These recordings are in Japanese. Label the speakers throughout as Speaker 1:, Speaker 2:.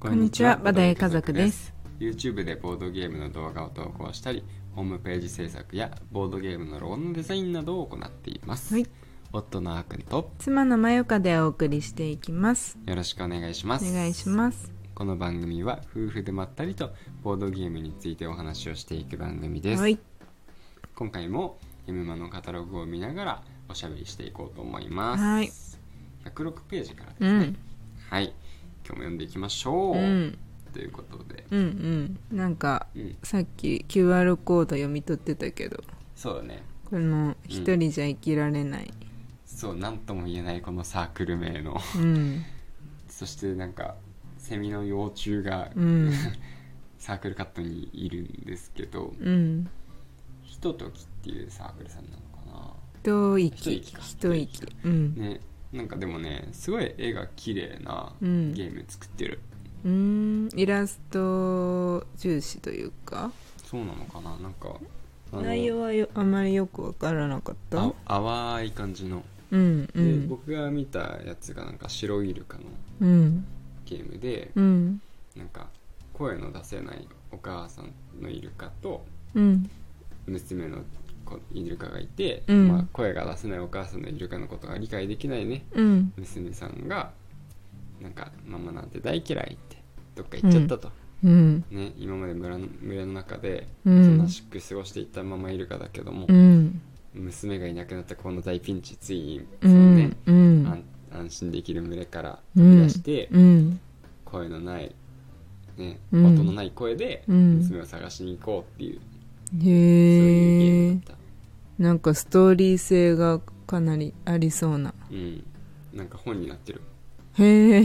Speaker 1: こんにちは、バダヤ家族です。
Speaker 2: YouTube でボードゲームの動画を投稿したり、ホームページ制作やボードゲームのロゴのデザインなどを行っています。
Speaker 1: はい、
Speaker 2: 夫のあくんと
Speaker 1: 妻のまよかでお送りしていきます。
Speaker 2: よろしくお願いします。
Speaker 1: お願いします。
Speaker 2: この番組は夫婦でまったりとボードゲームについてお話をしていく番組です。
Speaker 1: はい、
Speaker 2: 今回も M マのカタログを見ながらおしゃべりしていこうと思います。
Speaker 1: はい
Speaker 2: 106ページからです
Speaker 1: う
Speaker 2: ね。
Speaker 1: ん、
Speaker 2: はい。今日も読んでいきましょう。
Speaker 1: うん、
Speaker 2: ということで、
Speaker 1: うん、うん、なんか
Speaker 2: うん、
Speaker 1: さっき QR コード読み取ってたけど、
Speaker 2: そうだね。
Speaker 1: この一人じゃ生きられない。
Speaker 2: そう、なんとも言えないこのサークル名の。
Speaker 1: うん、
Speaker 2: そしてなんか、セミの幼虫が、
Speaker 1: うん、
Speaker 2: サークルカットにいるんですけど、
Speaker 1: うん、
Speaker 2: ひとときっていうサークルさんなのか
Speaker 1: 一息、
Speaker 2: 一息か
Speaker 1: 一息、うん、
Speaker 2: な。ね、なんかでもね、すごい絵が綺麗な
Speaker 1: う
Speaker 2: ゲ
Speaker 1: ん
Speaker 2: ーム作ってる。
Speaker 1: うん、イラスト重視というか、
Speaker 2: そうなのかななんか、あの
Speaker 1: 内容はよあまりよくわからなかった。
Speaker 2: あ淡い感じの、
Speaker 1: うん、う
Speaker 2: で
Speaker 1: ん、
Speaker 2: 僕が見たやつがなんか白イルカの
Speaker 1: うん、
Speaker 2: ゲームで、
Speaker 1: うん、
Speaker 2: なんか声の出せないお母さんのイルカと
Speaker 1: うん、
Speaker 2: 娘の子イルカがいて、
Speaker 1: うん
Speaker 2: まあ、声が出せないお母さんのイルカのことが理解できないね
Speaker 1: うん。
Speaker 2: 娘さんがなんかママなんて大嫌いってどっか行っちゃったと、
Speaker 1: うん
Speaker 2: ね、今まで村の群れの中で
Speaker 1: う
Speaker 2: そ
Speaker 1: ん
Speaker 2: んなしく過ごしていったママイルカだけども、
Speaker 1: うん
Speaker 2: 娘がいなくなったこの大ピンチついに
Speaker 1: う
Speaker 2: そのね
Speaker 1: ん、うん
Speaker 2: 安安心できる群れから
Speaker 1: う
Speaker 2: 飛
Speaker 1: ん
Speaker 2: び出して、
Speaker 1: うん
Speaker 2: 声のない、ね
Speaker 1: うん
Speaker 2: 音のない声で
Speaker 1: うん
Speaker 2: 娘を探しに行こうっていう、そうい
Speaker 1: へ
Speaker 2: うゲー
Speaker 1: え
Speaker 2: ムだっ
Speaker 1: なんかストーリー性がかなりありそうな
Speaker 2: た、うん、なんか本になってる
Speaker 1: へえ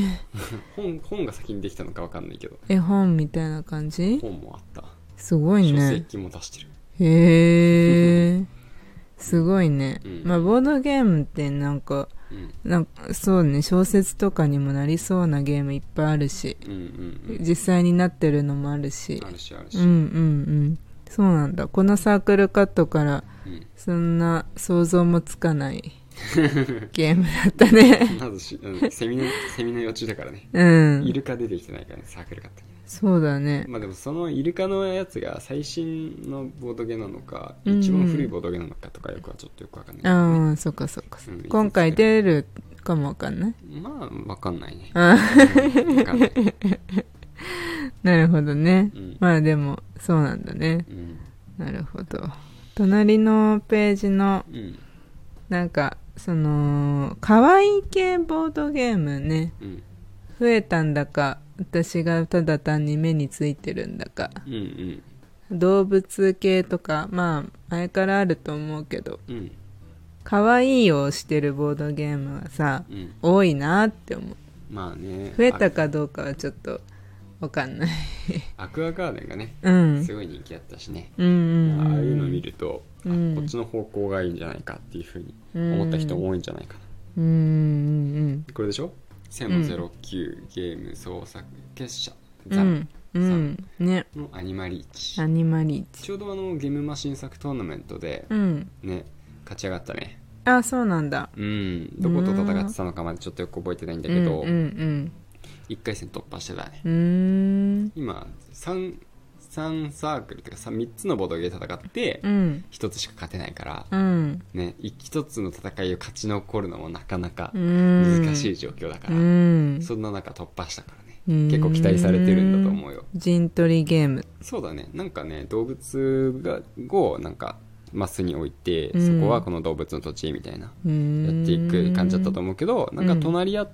Speaker 2: 本本が先にできたのかわかんないけど
Speaker 1: 絵本みたいな感じ
Speaker 2: 本もあった
Speaker 1: すごい
Speaker 2: 書
Speaker 1: ね
Speaker 2: 籍も出してる
Speaker 1: へえすごいね、
Speaker 2: うん
Speaker 1: まあボードゲームってなんか
Speaker 2: うん
Speaker 1: なんかそうね小説とかにもなりそうなゲームいっぱいあるし
Speaker 2: うんうん
Speaker 1: 実際になってるのもある
Speaker 2: う
Speaker 1: し
Speaker 2: んあるしあるし、
Speaker 1: うんうんうんそうなんだこのサークルカットから
Speaker 2: うん
Speaker 1: そんな想像もつかない ゲームだったね。
Speaker 2: まずし、うん、セミの セミの幼虫だからね
Speaker 1: う
Speaker 2: イ
Speaker 1: ん。
Speaker 2: ルカ出てきてないからねサークル買った
Speaker 1: そうだね。
Speaker 2: まあでもそのイルカのやつが最新のボードゲなのか
Speaker 1: うん
Speaker 2: 一番古いボードゲなのかとかよくはちょっとよくわかんない、
Speaker 1: ああ、そっかそっか。
Speaker 2: うん
Speaker 1: 今回出るかもわかんない。
Speaker 2: まあわかんない ねう
Speaker 1: あ
Speaker 2: んわかんない、
Speaker 1: なるほどね
Speaker 2: う。ん
Speaker 1: まあでも、そうなんだね。
Speaker 2: うん
Speaker 1: なるほど。隣のページの、
Speaker 2: うん
Speaker 1: なんか、その、可愛い系ボードゲームね。
Speaker 2: うん
Speaker 1: 増えたんだか、私がただ単に目についてるんだか。
Speaker 2: うんうん
Speaker 1: 動物系とか、まあ、前からあると思うけど、
Speaker 2: うん
Speaker 1: 可愛いをしてるボードゲームはさ
Speaker 2: うん
Speaker 1: 多いなって思う
Speaker 2: まあね
Speaker 1: 増えたかどうかはちょっとわかんない
Speaker 2: あアクアガーデンがね
Speaker 1: うん
Speaker 2: すごい人気だったしね、
Speaker 1: うんうんうん
Speaker 2: ああいうの見ると、あ
Speaker 1: うん
Speaker 2: こっちの方向がいいんじゃないかっていうふうに思った人も多いんじゃないかな、
Speaker 1: うんうん
Speaker 2: これでしょ1009ゲーム創作結社
Speaker 1: うんう
Speaker 2: ザ
Speaker 1: んうんね
Speaker 2: のアニマリーチ、
Speaker 1: アニマリーチ
Speaker 2: ちょうどあのゲームマシン作トーナメントで
Speaker 1: うん
Speaker 2: ね勝ち上がったね
Speaker 1: あそうなんだ
Speaker 2: うんどこと戦ってたのかまでちょっとよく覚えてないんだけど、
Speaker 1: うんうん
Speaker 2: 1回戦突破してたね
Speaker 1: うんうーん
Speaker 2: 今 3, 三サークルっていうか 3, 三つのボードゲームで戦って
Speaker 1: うん
Speaker 2: 1つしか勝てないから、
Speaker 1: うん
Speaker 2: ね、1つの戦いを勝ち残るのもなかなか
Speaker 1: うん
Speaker 2: 難しい状況だか
Speaker 1: う
Speaker 2: ら、
Speaker 1: ん
Speaker 2: そんな中突破したからね
Speaker 1: うん
Speaker 2: 結構期待されてるんだと思うよ
Speaker 1: 陣取りゲーム
Speaker 2: そうだねなんかね動物がをなんかマスに置いて、
Speaker 1: うん
Speaker 2: そこはこの動物の土地みたいなや
Speaker 1: う
Speaker 2: っ
Speaker 1: ん
Speaker 2: ていく感じだったと思うけど、
Speaker 1: ん
Speaker 2: なんか隣り合っ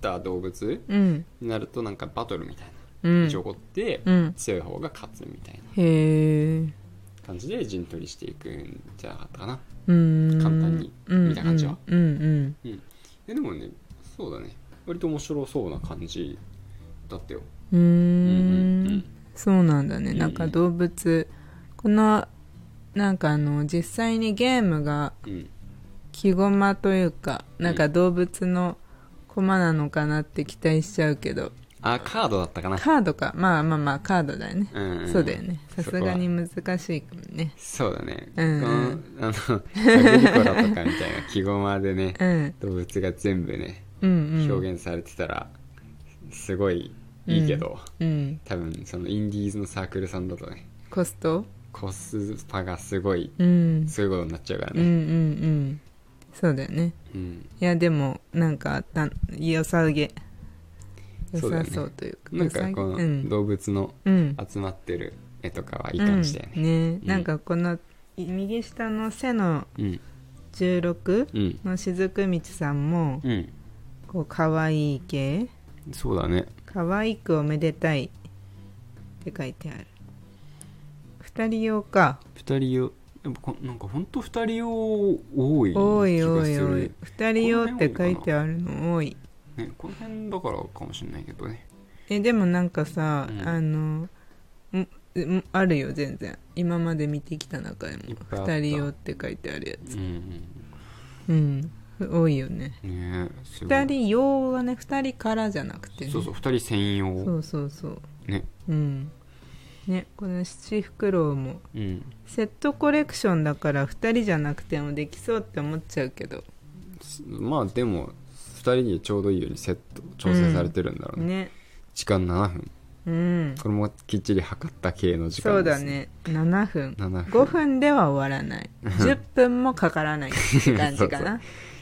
Speaker 2: た動物
Speaker 1: うん
Speaker 2: になるとなんかバトルみたい
Speaker 1: うん
Speaker 2: な一応起こって、
Speaker 1: うん
Speaker 2: 強い方が勝つみたいな
Speaker 1: へえ
Speaker 2: 感じで陣取りしていくんじゃなかったかな
Speaker 1: 簡
Speaker 2: 簡単に見た感じは
Speaker 1: うんうん
Speaker 2: えでもねそうだね割と面白そうな感じだったよ
Speaker 1: うんう
Speaker 2: うん
Speaker 1: ーんそうなんだ
Speaker 2: う
Speaker 1: ね
Speaker 2: んうん
Speaker 1: なんか動物このなんかあの実際にゲームが
Speaker 2: うんうん
Speaker 1: 木駒というか
Speaker 2: うん
Speaker 1: なんか動物の駒なのかなって期待しちゃうけど
Speaker 2: あカードだったかな
Speaker 1: カードかまあまあまあカードだよね
Speaker 2: うんん
Speaker 1: そうだよねさすがに
Speaker 2: そこは
Speaker 1: 難しいかもね
Speaker 2: そうだね、
Speaker 1: うんうん
Speaker 2: このあのサグリコラとかみたいな木駒でね
Speaker 1: うん
Speaker 2: 動物が全部ね
Speaker 1: うんうん
Speaker 2: 表現されてたら、すごいいいけど、
Speaker 1: うん
Speaker 2: 多分そのインディーズのサークルさんだとね
Speaker 1: コスト
Speaker 2: コスパがすごい
Speaker 1: うん
Speaker 2: すごいことになっちゃうから
Speaker 1: うんうんう
Speaker 2: ね
Speaker 1: んそうだよね
Speaker 2: うん、
Speaker 1: いやでもなんかた良さげ良
Speaker 2: そうだよ
Speaker 1: さ
Speaker 2: ね
Speaker 1: そうというか
Speaker 2: なんか
Speaker 1: 良さげ
Speaker 2: こ
Speaker 1: う
Speaker 2: の
Speaker 1: ん
Speaker 2: 動物の
Speaker 1: うん
Speaker 2: 集まってる絵とかはいい感じだよね
Speaker 1: うんね
Speaker 2: うん
Speaker 1: なんかこのい右下の背の
Speaker 2: うん
Speaker 1: 16
Speaker 2: うん
Speaker 1: の雫道さんも
Speaker 2: うん、
Speaker 1: こう可愛い系
Speaker 2: そうだね
Speaker 1: 可愛くおめでたいって書いてある二人用か
Speaker 2: 二人用でもこなんかほんと二人用多い気
Speaker 1: おい
Speaker 2: が
Speaker 1: おい
Speaker 2: す
Speaker 1: お
Speaker 2: る
Speaker 1: い二人用って書いてあるの多い
Speaker 2: ねこの辺だからかもしれないけどね
Speaker 1: えでもなんかさ、
Speaker 2: うん
Speaker 1: あのんんあるよ全然今まで見てきた中でも
Speaker 2: いっぱいあった
Speaker 1: 二人用って書いてあるやつ
Speaker 2: うん
Speaker 1: うん多いよね
Speaker 2: うんねえすごい
Speaker 1: 二人用はね二人からじゃなくてね
Speaker 2: そうそう二人専用
Speaker 1: そうそうそう
Speaker 2: ね
Speaker 1: うんねこの七フクロウも
Speaker 2: うん
Speaker 1: セットコレクションだから2人じゃなくてもできそうって思っちゃうけど
Speaker 2: まあでも2人にちょうどいいようにセット調整されてるんだろうね、
Speaker 1: ね
Speaker 2: 時間7分
Speaker 1: うん
Speaker 2: これもきっちり測った系の時
Speaker 1: そう
Speaker 2: 間で
Speaker 1: だ
Speaker 2: す
Speaker 1: ね7分
Speaker 2: 7分
Speaker 1: 5分では終わ らない10分もかからないって感じかな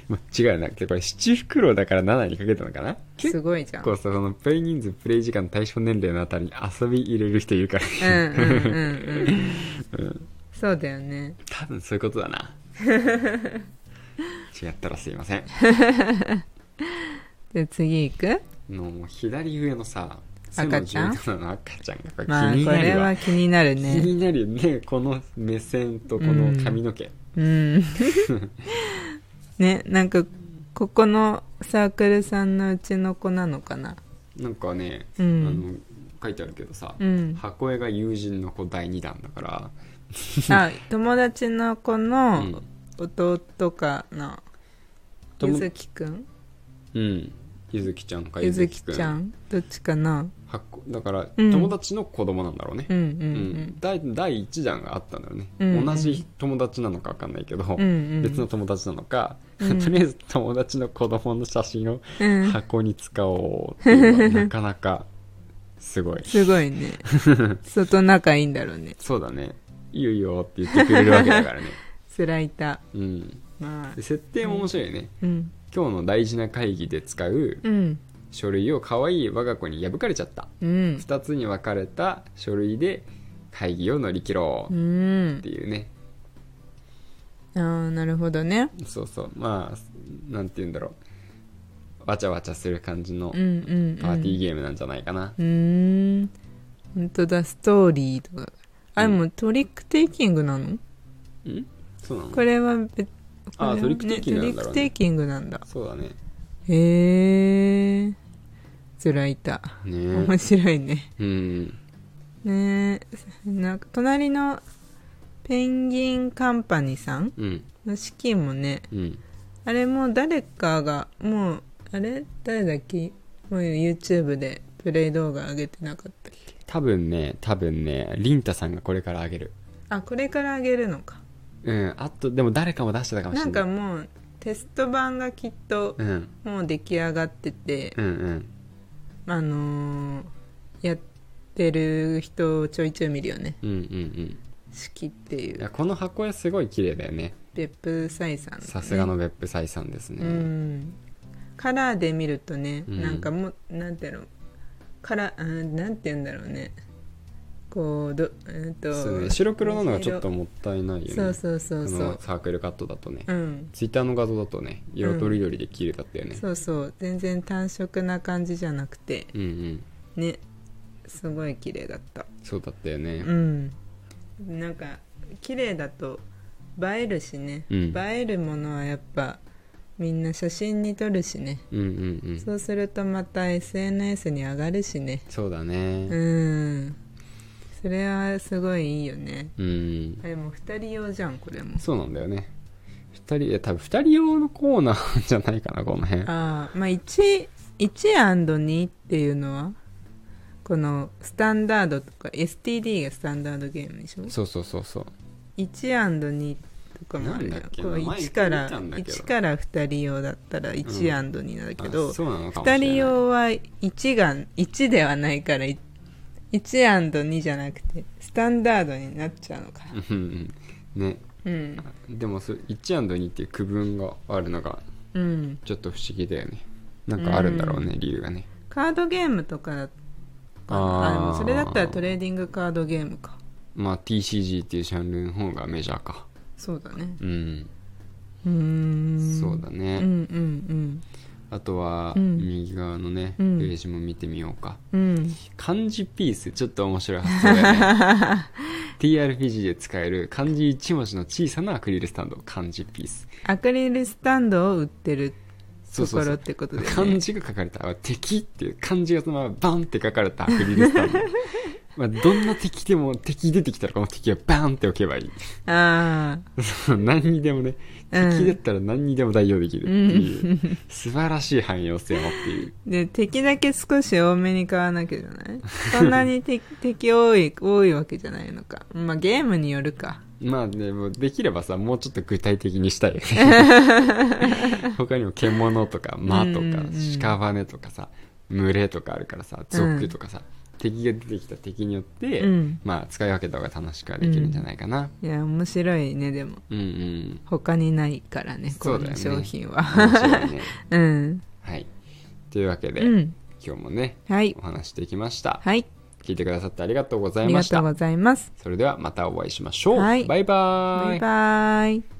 Speaker 2: まあ違うなってこれ七袋だから7にかけたのかな結
Speaker 1: すごいじゃん
Speaker 2: 構さそのプレイ人数プレイ時間対象年齢のあたりに遊び入れる人いるから
Speaker 1: うんうんうんうんそうだよね
Speaker 2: 多分そういうことだな違ったらすいません
Speaker 1: で次行く
Speaker 2: の左上のさ背の
Speaker 1: 赤ちゃん
Speaker 2: 17の赤ちゃんがこれ気
Speaker 1: まあ
Speaker 2: に
Speaker 1: こ
Speaker 2: な
Speaker 1: れ
Speaker 2: るわ、
Speaker 1: は気になる
Speaker 2: 気
Speaker 1: ね
Speaker 2: になるよねこの目線とこの髪の毛、
Speaker 1: うん ねなんかここのサークルさんのうちの子なのかな
Speaker 2: なんかね、
Speaker 1: うん
Speaker 2: あの書いてあるけどさ、
Speaker 1: うん
Speaker 2: 箱絵が友人の子第2弾だから、
Speaker 1: あ友達の子
Speaker 2: う
Speaker 1: の
Speaker 2: ん
Speaker 1: 弟かな、
Speaker 2: とも
Speaker 1: ゆずきくん
Speaker 2: うん、ゆずきちゃんか
Speaker 1: ゆ
Speaker 2: ゆ
Speaker 1: ず
Speaker 2: ず
Speaker 1: き
Speaker 2: き
Speaker 1: ち
Speaker 2: く
Speaker 1: ゃ
Speaker 2: ん
Speaker 1: んどっちかな
Speaker 2: 箱だから、
Speaker 1: うん
Speaker 2: 友達の子供なんだろうね
Speaker 1: う、んうん
Speaker 2: う第第1弾があったんだろうね、
Speaker 1: うん
Speaker 2: 同じ友達なのか分かんないけど、
Speaker 1: うんうん
Speaker 2: 別の友達なのか、
Speaker 1: う ん
Speaker 2: とりあえず友達の子供の写真を
Speaker 1: うん、うん、
Speaker 2: 箱に使おうっていうのはな かなかすごい
Speaker 1: すごい ね相当仲いいんだろうね
Speaker 2: そうだねいいよいいよって言ってくれるわけだ からね
Speaker 1: スライタ
Speaker 2: うん
Speaker 1: ーまあ
Speaker 2: で設定も面白いよね、
Speaker 1: うん
Speaker 2: 今日の大事な会議で使う
Speaker 1: うん
Speaker 2: 書類を可愛い我が子に破かれちゃった
Speaker 1: うん
Speaker 2: 2つに分かれた書類で会議を乗り切ろ
Speaker 1: う
Speaker 2: うっ
Speaker 1: ん
Speaker 2: ていうね
Speaker 1: ああなるほどね
Speaker 2: そうそうまあなんて言うんだろうわちゃわちゃする感じの
Speaker 1: うんうん、うん、
Speaker 2: パーティーゲームなんじゃないかな
Speaker 1: うーん本当だストーリーとかあでもトリックテイキングなの
Speaker 2: うんそうなの
Speaker 1: これは別
Speaker 2: あ
Speaker 1: これはね
Speaker 2: トリックテイキングなんだろうね
Speaker 1: トリックテイキングなんだ
Speaker 2: そうだね
Speaker 1: へえずらいた
Speaker 2: ね
Speaker 1: 面白いね
Speaker 2: えうん
Speaker 1: ねえなんか隣のペンギンカンパニーさん
Speaker 2: うん
Speaker 1: の資金もね
Speaker 2: うん
Speaker 1: あれも誰かがもうあれ誰だっけもう YouTube でプレイ動画上げてなかったっけ
Speaker 2: 多分ね多分ねりんたさんがこれからあげる
Speaker 1: あこれから上げるのか
Speaker 2: うんあとでも誰かも出してたかもし
Speaker 1: な
Speaker 2: れ
Speaker 1: ん
Speaker 2: ない
Speaker 1: かもうテスト版がきっと
Speaker 2: うん
Speaker 1: もう出来上がってて、
Speaker 2: うんうん
Speaker 1: あのーやってる人をちょいちょい見るよね
Speaker 2: うんうんうん
Speaker 1: 式ってい
Speaker 2: いや
Speaker 1: う
Speaker 2: この箱絵すごい綺麗だよね
Speaker 1: 別府斎さん、ね、
Speaker 2: さすがの別府採算です
Speaker 1: う
Speaker 2: ね
Speaker 1: んカラーで見るとね、
Speaker 2: うん
Speaker 1: なんかもうなんていうのカラーうんなんて言うんだろうねこうどえっと
Speaker 2: そうね白黒なのがちょっともったいないよね
Speaker 1: そうそうそうそ
Speaker 2: あ
Speaker 1: う
Speaker 2: のサークルカットだとね、
Speaker 1: うん
Speaker 2: ツイッターの画像だとね色とりどりで綺麗だったよね、
Speaker 1: そうそう全然単色な感じじゃなくて
Speaker 2: うん、うん
Speaker 1: ねすごい綺麗だった
Speaker 2: そうだったよね、
Speaker 1: うんなんか綺麗だと映えるしね、
Speaker 2: うん
Speaker 1: 映えるものはやっぱみんな写真に撮るしね
Speaker 2: うん、うんうん
Speaker 1: そうするとまた SNS に上がるしね
Speaker 2: そうだね
Speaker 1: うんそれはすごいいいよね
Speaker 2: うん、
Speaker 1: あれも2人用じゃんこれも
Speaker 2: そうなんだよね2人いや多分2人用のコーナーじゃないかなこの辺
Speaker 1: ああまあ 11&2 っていうのはこのスタンダードとか STD がスタンダードゲームでしょ
Speaker 2: そうそうそうそう
Speaker 1: 1&2 とかもあるじ
Speaker 2: な
Speaker 1: ゃ
Speaker 2: んだっ
Speaker 1: ん
Speaker 2: け
Speaker 1: こう
Speaker 2: 名前
Speaker 1: 1から
Speaker 2: 聞いたんだけど
Speaker 1: 1から2人用だったら1アンドになるけど、
Speaker 2: あそうなのかもしれ
Speaker 1: 2
Speaker 2: ない
Speaker 1: 人用は1が1ではないからい1アンド2じゃなくてスタンダードになっちゃうのか
Speaker 2: うんうんね
Speaker 1: うん
Speaker 2: でもそれ 1&2 っていう区分があるのが
Speaker 1: うん
Speaker 2: ちょっと不思議だよねなんかあるんだろうね、理由がね
Speaker 1: カードゲームとかだああでもそれだったらトレーディングカードゲームか
Speaker 2: まあ TCG っていうジャンルの方がメジャーか
Speaker 1: そうだね
Speaker 2: うん、
Speaker 1: うーん
Speaker 2: そうだね、
Speaker 1: うんうん
Speaker 2: あとは
Speaker 1: うん
Speaker 2: 右側のね、
Speaker 1: うん
Speaker 2: ページも見てみようか
Speaker 1: うんうん
Speaker 2: 漢字ピースちょっと面白い発想だよね TRPG で使える漢字1文字の小さなアクリルスタンド漢字ピース
Speaker 1: アクリルスタンドを売ってる
Speaker 2: そ
Speaker 1: と
Speaker 2: うそ
Speaker 1: こ
Speaker 2: うそ
Speaker 1: ろっ
Speaker 2: う
Speaker 1: てことで、ね、
Speaker 2: 漢字が書かれたあ敵っていう漢字がそのままバンって書かれたアクリルスタンドまあどんな敵でも敵出てきたらこの敵はバンって置けばいい
Speaker 1: あ
Speaker 2: 何にでもね
Speaker 1: あ、う
Speaker 2: 敵だっ
Speaker 1: ん、
Speaker 2: たら何にでも代用できるっていう、素晴らしい汎用性を持っている
Speaker 1: で敵だけ少し多めに買わなきゃじゃないそんなに敵 敵多い多いわけじゃないのかまあゲームによるか
Speaker 2: まあでもできればさもうちょっと具体的にしたいよね 他にも獣とか馬と
Speaker 1: うんう
Speaker 2: か
Speaker 1: んうん
Speaker 2: 屍とかさ群れとかあるからさ族とかさ、敵が出てきた敵によって、
Speaker 1: うん
Speaker 2: まあ使い分けた方が楽しくはできるんじゃないかな、
Speaker 1: いや面白いねでも
Speaker 2: うん、うん
Speaker 1: 他にないからねこ
Speaker 2: そううだ
Speaker 1: い
Speaker 2: よ
Speaker 1: う
Speaker 2: ね
Speaker 1: 商品は
Speaker 2: 面白い ね
Speaker 1: うん
Speaker 2: はいというわけで、
Speaker 1: うん
Speaker 2: 今日もね
Speaker 1: はい
Speaker 2: お話してきました
Speaker 1: はい
Speaker 2: 聞いてくださってありがとうござ
Speaker 1: あ
Speaker 2: い
Speaker 1: り
Speaker 2: ま
Speaker 1: が
Speaker 2: し
Speaker 1: とう
Speaker 2: た
Speaker 1: ございます
Speaker 2: それではまたお会いしましょう、
Speaker 1: はい
Speaker 2: バイバーイ
Speaker 1: バイバイ